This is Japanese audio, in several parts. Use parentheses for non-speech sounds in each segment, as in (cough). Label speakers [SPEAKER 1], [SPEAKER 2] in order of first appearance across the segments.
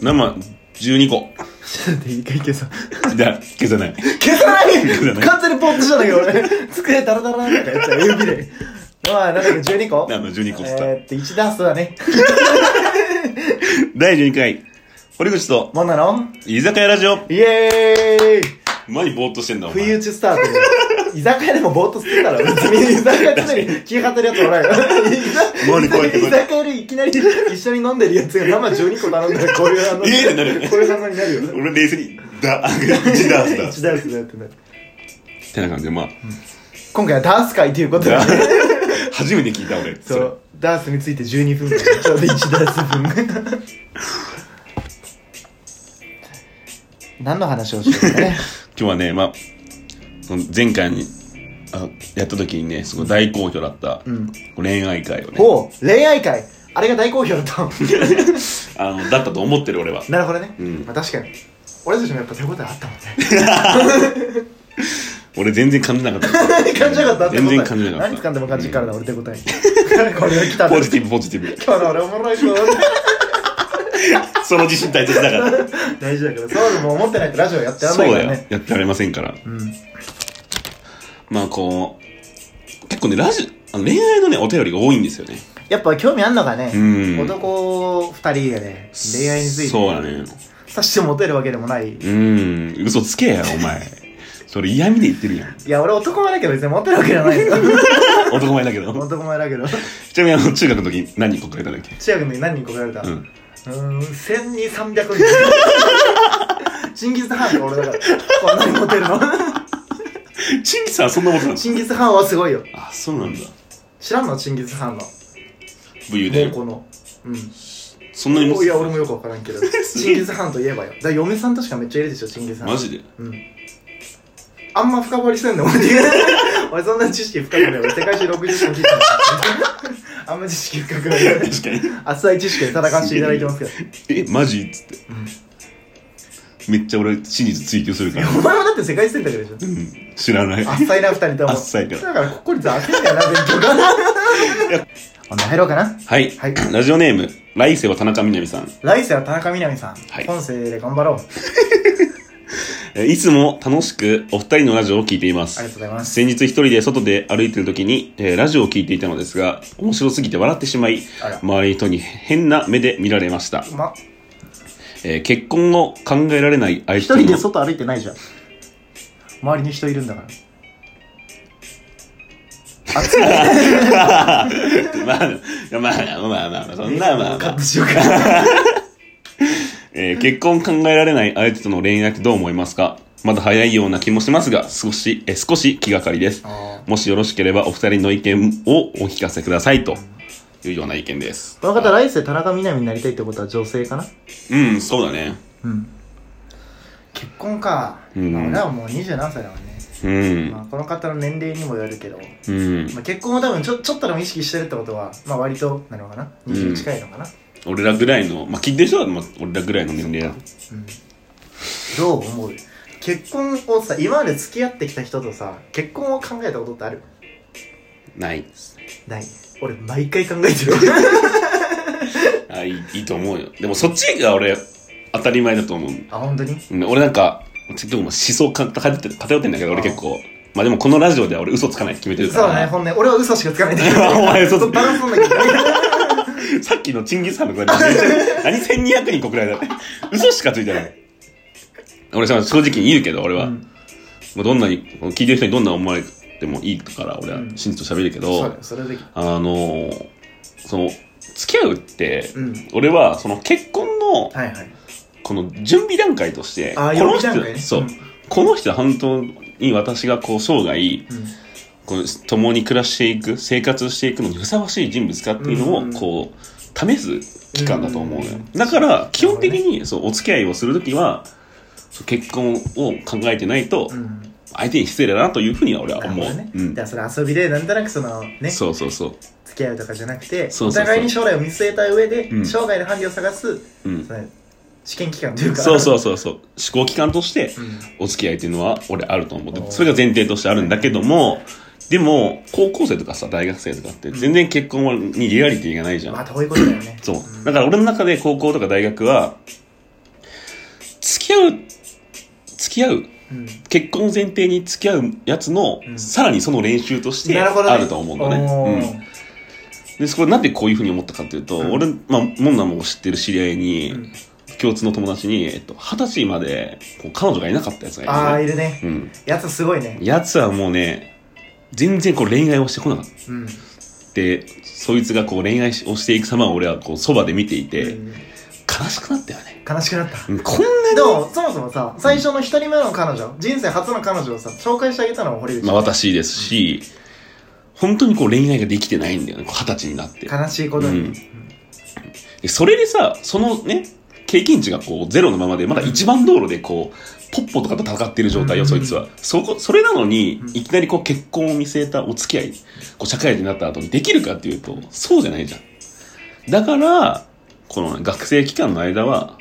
[SPEAKER 1] 生12個。 (laughs)
[SPEAKER 2] ちょっと待って一回消そう
[SPEAKER 1] じゃあ、消さない。
[SPEAKER 2] 消さない
[SPEAKER 1] ない
[SPEAKER 2] 完全にポッとしたんだけど俺机ダラダラなんかやっちゃう指でまあなんだっけ12個
[SPEAKER 1] 生12個っつった
[SPEAKER 2] えーっと1ダースだね
[SPEAKER 1] 第12回、堀口と、
[SPEAKER 2] もんなの
[SPEAKER 1] 居酒屋ラジオ。
[SPEAKER 2] イエーイ
[SPEAKER 1] 何ぼーっとしてんだ、お前。
[SPEAKER 2] 冬打ちスタートで居酒屋でもぼーっとしてたら別に居酒屋常に気張ってるやつおらんよ
[SPEAKER 1] 何こうやって
[SPEAKER 2] 居酒屋でいきなり一緒に飲んでるやつが生12個頼んだらこういう反応
[SPEAKER 1] えーってなるよね
[SPEAKER 2] こういう反応になるよね
[SPEAKER 1] 俺冷静に、だ、1ダース
[SPEAKER 2] 1
[SPEAKER 1] だ。
[SPEAKER 2] ダースだってなる
[SPEAKER 1] ってな感じで、まあ、
[SPEAKER 2] 今回はダース会ということで
[SPEAKER 1] ダ初めて聞いた俺。
[SPEAKER 2] そ
[SPEAKER 1] それ
[SPEAKER 2] うダースについて12分間 (laughs) ちょうど1ダース分何の話をしようか (laughs) ね
[SPEAKER 1] 今日はね、まあ、その前回に、あやった時にね、すごい大好評だった、
[SPEAKER 2] ん
[SPEAKER 1] 恋愛会をね、
[SPEAKER 2] ほう恋愛会あれが大好評だった (laughs)
[SPEAKER 1] あの、だったと思ってる俺は。
[SPEAKER 2] なるほどね、
[SPEAKER 1] うん
[SPEAKER 2] まあ、確かに俺たちもやっぱ手応えあったもんね
[SPEAKER 1] 俺全然感じなかった。
[SPEAKER 2] (laughs) 感じなかった手応え
[SPEAKER 1] 全然感じなかった
[SPEAKER 2] 何掴んでも感じるからな、俺手応えこれが来た
[SPEAKER 1] ポジテ
[SPEAKER 2] ィ
[SPEAKER 1] ィブ、ポジティブ。
[SPEAKER 2] ブ今日の俺おもろいぞ
[SPEAKER 1] その自信大切だから。
[SPEAKER 2] (laughs) 大事だからそうでも思ってないとラジオやってらんな
[SPEAKER 1] そ
[SPEAKER 2] いうか
[SPEAKER 1] だ
[SPEAKER 2] ら
[SPEAKER 1] よ
[SPEAKER 2] ね。
[SPEAKER 1] やってられませんから。
[SPEAKER 2] うん
[SPEAKER 1] まあ、こう、結構ね、ラジオ、あの恋愛のね、お便りが多いんですよね。
[SPEAKER 2] やっぱ興味あんのがね、
[SPEAKER 1] うん
[SPEAKER 2] 男2人がね恋愛について
[SPEAKER 1] そうだね。
[SPEAKER 2] さしてモテるわけでもない
[SPEAKER 1] うん、嘘つけや、お前。それ嫌味で言ってる
[SPEAKER 2] (laughs)
[SPEAKER 1] やん。
[SPEAKER 2] いや、俺男前だけど別にモテるわけじゃないよ。
[SPEAKER 1] 男前だけど。
[SPEAKER 2] 男前だけど。
[SPEAKER 1] ちなみにあの、中学の時何人告れたんだっけ
[SPEAKER 2] 千秋に何人告られたう
[SPEAKER 1] う
[SPEAKER 2] ー
[SPEAKER 1] ん。
[SPEAKER 2] ん、1200人。チンギスハンが俺だから。こんなにモテるの。
[SPEAKER 1] チンギスはそんなことなんだ。
[SPEAKER 2] チンギスハンはすごいよ。
[SPEAKER 1] あ、そうなんだ。
[SPEAKER 2] 知らんのチンギスハンの。
[SPEAKER 1] 武勇
[SPEAKER 2] 猛
[SPEAKER 1] 伝。
[SPEAKER 2] 虎の。うん。
[SPEAKER 1] そんなにも
[SPEAKER 2] いや、俺もよくわからんけ
[SPEAKER 1] (laughs)
[SPEAKER 2] ど。チンギスハンといえばよ。だから嫁さんとしかめっちゃいるでしょ、チンギスハン。
[SPEAKER 1] マジで
[SPEAKER 2] うん。あんま深掘りせんでも (laughs) 俺そんな知識深くない。俺世界史60分聞いてない。あんま知識深くない。
[SPEAKER 1] 確かに。
[SPEAKER 2] 浅い知識で戦わせていただいてますけど。
[SPEAKER 1] え、マジっつって。めっちゃ俺、真実追求するから。
[SPEAKER 2] (laughs) お前もだって世界選択でしょ
[SPEAKER 1] うん。知らない。
[SPEAKER 2] あっさいな二人とも
[SPEAKER 1] あっさいから
[SPEAKER 2] だからここ率あせんだよな勉強がなお前入ろうかな
[SPEAKER 1] はい。
[SPEAKER 2] はい
[SPEAKER 1] (clears throat) ラジオネーム、来世は田中みな実さん。
[SPEAKER 2] 来世は田中みな実さん、
[SPEAKER 1] はい
[SPEAKER 2] 本世で頑張ろうあ
[SPEAKER 1] えーいつも楽しくお二人のラジオを聞いていま
[SPEAKER 2] りがとう
[SPEAKER 1] す。
[SPEAKER 2] ございます
[SPEAKER 1] 先日一人で外で歩いてる時に、えーラジオを聞いていたのですが、面白すぎて笑ってしまい、
[SPEAKER 2] あら
[SPEAKER 1] 周りの人に変な目で見られました。
[SPEAKER 2] ま
[SPEAKER 1] えー結婚を考えられない相手
[SPEAKER 2] 一
[SPEAKER 1] の
[SPEAKER 2] 人で外歩いてないじゃん周りに人いるんだから暑い
[SPEAKER 1] (laughs) まあ、まあ、まあ、まあ、まあ、そんな、まあ、ま
[SPEAKER 2] カッ
[SPEAKER 1] あ
[SPEAKER 2] トしようか
[SPEAKER 1] えー結婚考えられない相手との恋愛ってどう思いますかまだ早いような気もしますが、少し、えー少し気がかりです。
[SPEAKER 2] あー
[SPEAKER 1] もしよろしければお二人の意見をお聞かせくださいというような意見です。
[SPEAKER 2] この方来世田中みな実になりたいってことは女性かな
[SPEAKER 1] うん、そうだね。
[SPEAKER 2] うん結婚か、
[SPEAKER 1] うん
[SPEAKER 2] まあ俺はもう27歳だもんね、
[SPEAKER 1] うん
[SPEAKER 2] ま。あ、この方の年齢にもよるけど
[SPEAKER 1] うん。
[SPEAKER 2] まあ、結婚を多分ちょちょっとでも意識してるってことは、まあ、割となのかな
[SPEAKER 1] うん
[SPEAKER 2] 20近いのかな、
[SPEAKER 1] 俺らぐらいの、まあ、聞いてる人は、まあ、俺らぐらいの年齢だ。
[SPEAKER 2] うんどう思う結婚をさ今まで付き合ってきた人とさ結婚を考えたことってある
[SPEAKER 1] ないっす。
[SPEAKER 2] ない俺毎回考えてる
[SPEAKER 1] あいい、いいと思うよ。でもそっちが俺、当たり前だと思う。
[SPEAKER 2] あ本当に
[SPEAKER 1] うん俺なんか、結構もう思想か偏ってる、偏ってんだけど、俺結構。まあでもこのラジオでは俺嘘つかないって決めてる
[SPEAKER 2] そう
[SPEAKER 1] から。
[SPEAKER 2] だね本音俺は嘘しかつかないんだけど
[SPEAKER 1] (laughs) お前嘘つ
[SPEAKER 2] そうバランスなんだけ
[SPEAKER 1] (laughs)
[SPEAKER 2] ど
[SPEAKER 1] さっきのチンギスハンのくらいめっち (laughs) ゃ何1200人告られたって。嘘しかついてない。俺さ、正直に言うけど、俺は。
[SPEAKER 2] うん
[SPEAKER 1] もうどんなに、聞いてる人にどんな思われてもいいから、俺は
[SPEAKER 2] うん
[SPEAKER 1] 真実と喋るけど、
[SPEAKER 2] そうだよそれで
[SPEAKER 1] あのーその、付き合うって、
[SPEAKER 2] うん
[SPEAKER 1] 俺は、その結婚の、
[SPEAKER 2] はいはい
[SPEAKER 1] この準備段階として、
[SPEAKER 2] ああ
[SPEAKER 1] この
[SPEAKER 2] 予備段階ね
[SPEAKER 1] 人、そう、
[SPEAKER 2] うん
[SPEAKER 1] この人は本当に私がこう生涯、
[SPEAKER 2] うん
[SPEAKER 1] この共に暮らしていく、生活していくのにふさわしい人物かっていうの
[SPEAKER 2] う
[SPEAKER 1] を、
[SPEAKER 2] ん
[SPEAKER 1] こう、試す期間だと思うの
[SPEAKER 2] う
[SPEAKER 1] よ
[SPEAKER 2] ん。
[SPEAKER 1] だから、基本的に、そう、お付き合いをするときは、そう結婚を考えてないと
[SPEAKER 2] う、ん
[SPEAKER 1] 相手に失礼だなというふうには俺は
[SPEAKER 2] なるほ
[SPEAKER 1] 思う。
[SPEAKER 2] どね、
[SPEAKER 1] うん
[SPEAKER 2] じゃあそれ遊びでなんとなくそのね
[SPEAKER 1] そうそうそう。
[SPEAKER 2] 付き合うとかじゃなくて
[SPEAKER 1] そうそうそう
[SPEAKER 2] お互いに将来を見据えた上で、
[SPEAKER 1] うん
[SPEAKER 2] 生涯の伴侶を探す
[SPEAKER 1] うん
[SPEAKER 2] そ。の試験期間というか
[SPEAKER 1] そう
[SPEAKER 2] う、
[SPEAKER 1] そうそうそう。試行期間として、
[SPEAKER 2] うん、
[SPEAKER 1] お付き合いっていうのは俺あると思
[SPEAKER 2] おー
[SPEAKER 1] う。それが前提としてあるんだけども、でも、高校生とかさ、大学生とかって、全然結婚はにリアリティがないじゃん。
[SPEAKER 2] まあ遠いことだよね
[SPEAKER 1] そう。だから俺の中で高校とか大学は、付き合う、付き合う、
[SPEAKER 2] うん
[SPEAKER 1] 結婚前提に付き合うやつの、
[SPEAKER 2] うん
[SPEAKER 1] さらにその練習として
[SPEAKER 2] なるほどね
[SPEAKER 1] あると思うんだね。うんで、そこでなんでこういうふうに思ったかというと、
[SPEAKER 2] うん
[SPEAKER 1] 俺、まあ、モンナも知ってる知り合いに、
[SPEAKER 2] うん
[SPEAKER 1] 共通の友達に、えっと、二十歳まで、こう彼女がいなかったやつがい
[SPEAKER 2] ああ
[SPEAKER 1] る、
[SPEAKER 2] い
[SPEAKER 1] ね。
[SPEAKER 2] るね
[SPEAKER 1] うん。
[SPEAKER 2] やつすごいね
[SPEAKER 1] やつはもうね、全然こう恋愛をしてこなかっ
[SPEAKER 2] うん
[SPEAKER 1] た。で、そいつがこう恋愛をしていく様を俺はこうそばで見ていて、
[SPEAKER 2] うん
[SPEAKER 1] 悲しくなったよね。
[SPEAKER 2] 悲しくなった
[SPEAKER 1] うんこんな
[SPEAKER 2] でもそもそもさ最初の一人目の彼女人生初の彼女をさ紹介してあげたのは堀口、
[SPEAKER 1] まあ私ですし、本当にこう恋愛ができてないんだよね、こう二十歳になって。
[SPEAKER 2] 悲しいことに、
[SPEAKER 1] うんでそれでさ、そのね、経験値がこうゼロのままで、まだ一番道路でこう、ポッポとかと戦ってる状態よ、
[SPEAKER 2] うん
[SPEAKER 1] そいつは。そこ、それなのに
[SPEAKER 2] う、ん
[SPEAKER 1] いきなりこう結婚を見据えたお付き合い、こう社会人になった後にできるかっていうと、そうじゃないじゃん。だから、この学生期間の間は、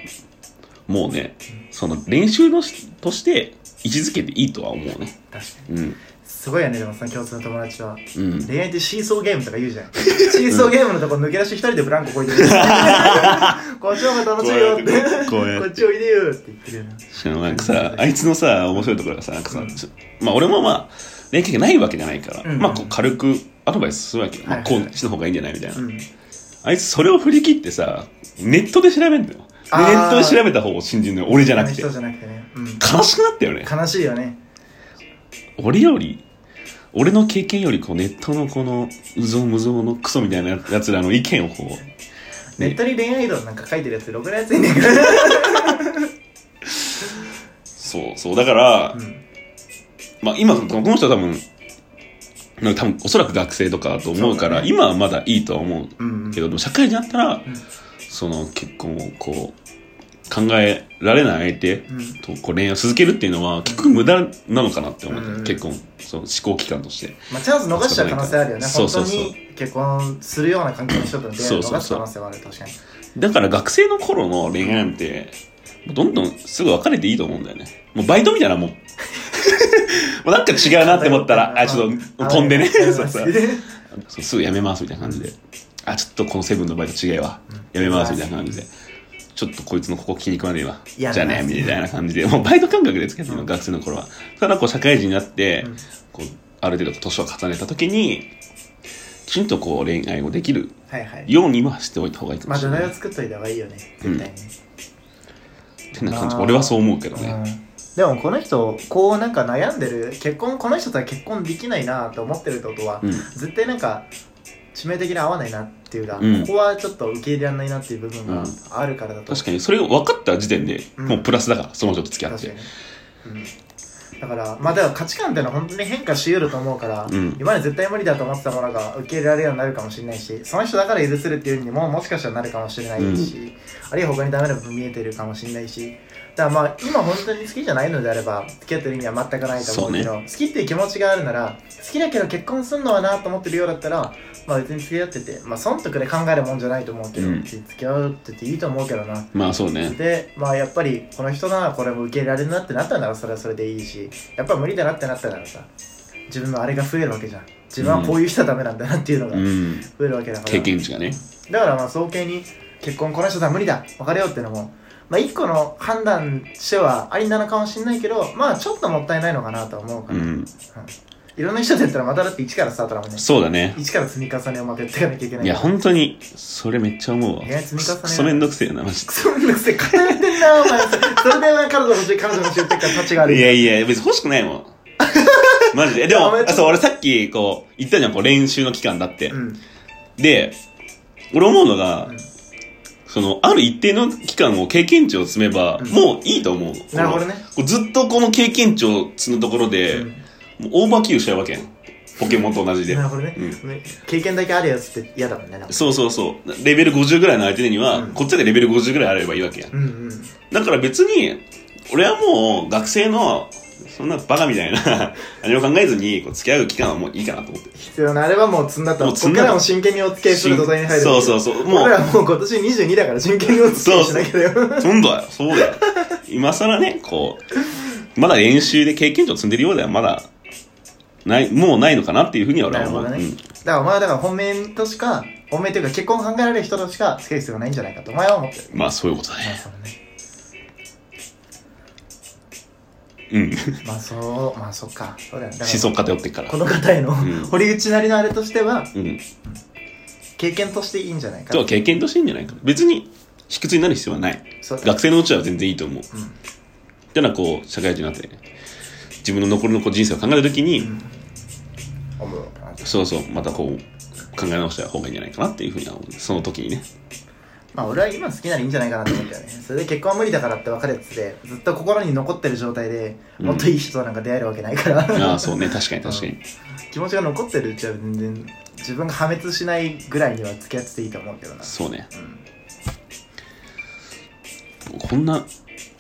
[SPEAKER 1] もうね、その練習のしとして位置づけていいとは思うね。
[SPEAKER 2] 確かに
[SPEAKER 1] うん。
[SPEAKER 2] すごいよねでもその共通の友達は
[SPEAKER 1] うん。
[SPEAKER 2] 恋愛ってシーソーゲームとか言うじゃんシーソーゲームのとこ抜け出して一人でブランコこい
[SPEAKER 1] (laughs)
[SPEAKER 2] てるこっちの方が楽しいよって
[SPEAKER 1] こうやって
[SPEAKER 2] こっちおいでよって言ってるよな
[SPEAKER 1] しかもなんかさ、あいつのさ、面白いところがさ、なんかさ、ちょまあ俺もまあ、連携がないわけじゃないから、
[SPEAKER 2] うん
[SPEAKER 1] まあこう軽くアドバイスするわけよ。まあ
[SPEAKER 2] はい
[SPEAKER 1] こうした方がいいんじゃないみたいな。
[SPEAKER 2] うん
[SPEAKER 1] あいつそれを振り切ってさ、ネットで調べんだよ。で
[SPEAKER 2] あー
[SPEAKER 1] ネットで調べた方を信じるのよ、俺じゃなくて。
[SPEAKER 2] 人じゃなくてね、うん、
[SPEAKER 1] 悲しくなったよね。
[SPEAKER 2] 悲しいよね
[SPEAKER 1] 俺より、俺の経験よりこうネットのこの、うぞうむぞうのクソみたいなやつらの意見をこう、
[SPEAKER 2] ネットに恋愛論なんか書いてるやつろくなやついねえか
[SPEAKER 1] そうそう。だから
[SPEAKER 2] ら、、うん、
[SPEAKER 1] まあ今、この人は多分、なんか多分おそらく学生とかだと思うから、
[SPEAKER 2] そうだね
[SPEAKER 1] 今はまだいいとは思う
[SPEAKER 2] うんうん
[SPEAKER 1] けど、でも社会人になったら、
[SPEAKER 2] ん
[SPEAKER 1] その結婚をこう、考えられない相手
[SPEAKER 2] うん
[SPEAKER 1] とこう恋愛を続けるっていうのは、結局無駄なのかなって思った、
[SPEAKER 2] うん
[SPEAKER 1] 結婚、その思考期間として。
[SPEAKER 2] まあ、チャンス逃しちゃう可能性あるよね
[SPEAKER 1] そうそうそう
[SPEAKER 2] 本当に結婚するような関係の人との出会いを逃す可能性はある確かに
[SPEAKER 1] だから学生の頃の恋愛なんて、もうどんどんすぐ別れていいと思うんだよね。もうバイトみたいなもん。 (laughs) もうなんか違うなって思
[SPEAKER 2] (laughs)
[SPEAKER 1] ったら、あ、ちょっと飛んでね。そうそうそうすぐ辞めますみたいな感じで、あ、ちょっとこのセブンのバイト違えわ。
[SPEAKER 2] う
[SPEAKER 1] 辞
[SPEAKER 2] ん
[SPEAKER 1] めますみたいな感じで、ちょっとこいつのここ気に食わねえわ。じ
[SPEAKER 2] 嫌
[SPEAKER 1] ゃ
[SPEAKER 2] だ
[SPEAKER 1] あ
[SPEAKER 2] な
[SPEAKER 1] ね、みたいな感じで、もうバイト感覚でつけてる
[SPEAKER 2] う
[SPEAKER 1] の、
[SPEAKER 2] ん
[SPEAKER 1] 学生の頃は。ただこう社会人になって、
[SPEAKER 2] うん
[SPEAKER 1] こう、ある程度年を重ねた時に、きちんとこう恋愛をできる
[SPEAKER 2] はいはい
[SPEAKER 1] ようにはしておいた方がいいかも
[SPEAKER 2] まあ
[SPEAKER 1] し
[SPEAKER 2] 土
[SPEAKER 1] れない。
[SPEAKER 2] 台を作っといた方がいいよね絶対に
[SPEAKER 1] ってな感じ、
[SPEAKER 2] まあ
[SPEAKER 1] 俺はそう思うけど
[SPEAKER 2] う
[SPEAKER 1] ね。
[SPEAKER 2] んでもこの人こうなんか悩んでる結婚この人とは結婚できないなと思ってるってことは
[SPEAKER 1] うん。
[SPEAKER 2] 絶対なんか致命的に合わないなっていうか、
[SPEAKER 1] うん
[SPEAKER 2] ここはちょっと受け入れられないなっていう部分があるからだと、
[SPEAKER 1] 確かに、それを分かった時点で、
[SPEAKER 2] うん
[SPEAKER 1] もうプラスだから、その人と付き合っ
[SPEAKER 2] 確
[SPEAKER 1] て。
[SPEAKER 2] かに、うん、だからまあでも価値観っていうのは本当に変化しうると思うから、
[SPEAKER 1] うん
[SPEAKER 2] 今まで絶対無理だと思ってたものが受け入れられるようになるかもしれないしその人だから許せるっていうにももしかしたらなるかもしれないし、あるいは他にダメな部分見えてるかもしれないしだからまあ今本当に好きじゃないのであれば付き合ってる意味は全くないと思うけど好きっていう気持ちがあるなら好きだけど結婚するのはなと思ってるようだったらまあ別に付き合っててまあ損得で考えるもんじゃないと思うけど、
[SPEAKER 1] うん
[SPEAKER 2] 付き合うってていいと思うけどな
[SPEAKER 1] まあそうね。
[SPEAKER 2] でまあやっぱりこの人ならこれも受け入れられるなってなったならそれはそれでいいしやっぱ無理だなってなったならさ自分のあれが増えるわけじゃん自分はこういう人はダメなんだなっていうのが
[SPEAKER 1] うん。
[SPEAKER 2] 増えるわけだから、
[SPEAKER 1] 経験値がね。
[SPEAKER 2] だからまあ早計に結婚この人とは無理だ別れようってのもまあ一個の判断してはありなのかもしれないけどまあちょっともったいないのかなとは思うか
[SPEAKER 1] う
[SPEAKER 2] ら、
[SPEAKER 1] ん。
[SPEAKER 2] いろんな人とやったらまただって一からスタートだもんね
[SPEAKER 1] そうだね。
[SPEAKER 2] 一から積み重ねをまたやっていかなきゃいけない
[SPEAKER 1] いや、
[SPEAKER 2] ん
[SPEAKER 1] 本当に、それめっちゃ思うわ。
[SPEAKER 2] いや積み重ね
[SPEAKER 1] くそめんどくせえな、マジ
[SPEAKER 2] クソめんどくせえ固めてんなお前それでお前彼女欲しい彼女欲しいって言ったら価値がある
[SPEAKER 1] で。いやいや、別に欲しくない
[SPEAKER 2] (laughs)
[SPEAKER 1] もん。マジで。えで
[SPEAKER 2] いやお
[SPEAKER 1] も
[SPEAKER 2] めで、とう
[SPEAKER 1] そう、俺さっき、こう、言ったじゃん、こう、練習の期間だって。
[SPEAKER 2] うん
[SPEAKER 1] で、俺思うのが、
[SPEAKER 2] うん
[SPEAKER 1] その、ある一定の期間を経験値を積めば、
[SPEAKER 2] うん
[SPEAKER 1] もういいと思う。
[SPEAKER 2] なるほどね。
[SPEAKER 1] こうずっとこの経験値を積むところで、もうオーバーキルしちゃうわけやん。ポケモンと同じで
[SPEAKER 2] な。るほどね、
[SPEAKER 1] う
[SPEAKER 2] 経験だけあるやつって嫌だもんねなんか
[SPEAKER 1] そうそうそう。レベル50ぐらいの相手には、
[SPEAKER 2] うん
[SPEAKER 1] こっちでレベル50ぐらいあればいいわけやん。
[SPEAKER 2] うんうん
[SPEAKER 1] だから別に、俺はもう学生の、そんなバカみたいな、 (laughs) 何も考えずに、こう付き合う期間はもういいかなと思って。
[SPEAKER 2] 必要なあればもう積んだと
[SPEAKER 1] も
[SPEAKER 2] こ
[SPEAKER 1] う
[SPEAKER 2] こ
[SPEAKER 1] 積
[SPEAKER 2] っ
[SPEAKER 1] ん
[SPEAKER 2] か
[SPEAKER 1] だ
[SPEAKER 2] らも真剣にお付き合いする土台に入る
[SPEAKER 1] そうそううそう。も
[SPEAKER 2] 俺
[SPEAKER 1] う、
[SPEAKER 2] らもう今年22だから真剣にお付き合いしなきゃだよ
[SPEAKER 1] 今度は、そうだよ。今更ね、こう、まだ練習で経験値を積んでるようではまだ、ない、もうないのかなっていうふうには俺は思う。
[SPEAKER 2] なるほどね
[SPEAKER 1] う
[SPEAKER 2] だからお前はだから本命としか本命というか結婚を考えられ
[SPEAKER 1] (laughs)
[SPEAKER 2] る人としか付き合う必要がないんじゃないかとお前は思ってる
[SPEAKER 1] んまあそういうことだね。
[SPEAKER 2] そうね
[SPEAKER 1] うん。
[SPEAKER 2] まあそうまあそっかそうだよね
[SPEAKER 1] (laughs)
[SPEAKER 2] だ
[SPEAKER 1] 思
[SPEAKER 2] から
[SPEAKER 1] 想偏ってっから
[SPEAKER 2] こ。の方への、
[SPEAKER 1] ん
[SPEAKER 2] 堀内なりのあれとしては
[SPEAKER 1] うん。
[SPEAKER 2] 経験としていいんじゃないか
[SPEAKER 1] とは
[SPEAKER 2] と
[SPEAKER 1] 経験としていいんじゃないかな。別に、卑屈になる必要はない。
[SPEAKER 2] そうだ
[SPEAKER 1] 学生のうちは全然いいと思う。
[SPEAKER 2] うん
[SPEAKER 1] ただこう、社会人になって、自分の残りのこう人生を考えたときに、
[SPEAKER 2] うん思うあ
[SPEAKER 1] そうそう、またこう、考え直した方がいいんじゃないかなっていうふうには思う。その時にね。
[SPEAKER 2] まあ俺は今好きならいいんじゃないかなと思うんだよねそれで結婚は無理だからって別れててずっと心に残ってる状態で
[SPEAKER 1] うん
[SPEAKER 2] もっといい人となんか出会えるわけないから、
[SPEAKER 1] ああ、そうね。確かに確かに。
[SPEAKER 2] (laughs) 気持ちが残ってるうちは全然自分が破滅しないぐらいには付き合ってていいと思うけどな
[SPEAKER 1] そうね。
[SPEAKER 2] うん
[SPEAKER 1] こんな、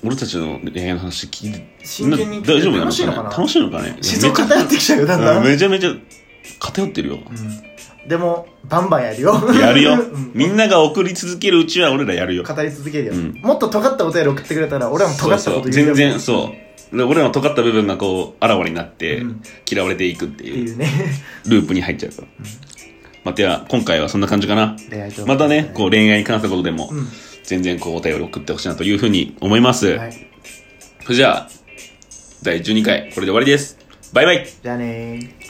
[SPEAKER 1] 俺たちの恋愛の話聞いて、
[SPEAKER 2] 真剣に
[SPEAKER 1] な大丈夫なの
[SPEAKER 2] 楽しいの
[SPEAKER 1] か
[SPEAKER 2] かな
[SPEAKER 1] な楽しいのかね
[SPEAKER 2] 思想偏ってきちゃうよだんだ、
[SPEAKER 1] うんんめちゃめちゃ偏ってるよ。
[SPEAKER 2] うんでもバンバンやるよ。
[SPEAKER 1] やるよ
[SPEAKER 2] (laughs) うん
[SPEAKER 1] みんなが送り続けるうちは俺らやるよ。
[SPEAKER 2] 語り続けるよ、
[SPEAKER 1] うん
[SPEAKER 2] もっと尖ったお便り送ってくれたら俺らも尖ったこと
[SPEAKER 1] そうそう
[SPEAKER 2] 言
[SPEAKER 1] 全
[SPEAKER 2] う
[SPEAKER 1] 然そう。で俺らの尖った部分がこう、あらわになって、
[SPEAKER 2] うん
[SPEAKER 1] 嫌われていくって
[SPEAKER 2] って
[SPEAKER 1] いう
[SPEAKER 2] いうね
[SPEAKER 1] ループに入っちゃうから。まあ、では、今回はそんな感じかな。
[SPEAKER 2] 恋愛
[SPEAKER 1] (laughs)
[SPEAKER 2] と
[SPEAKER 1] またね、こう恋愛に関することでも、
[SPEAKER 2] うん
[SPEAKER 1] 全然こうお便り送ってほしいなというふうに思います。
[SPEAKER 2] はい、
[SPEAKER 1] それじゃあ、第12回、これで終わりです。バイバイ
[SPEAKER 2] じゃあねー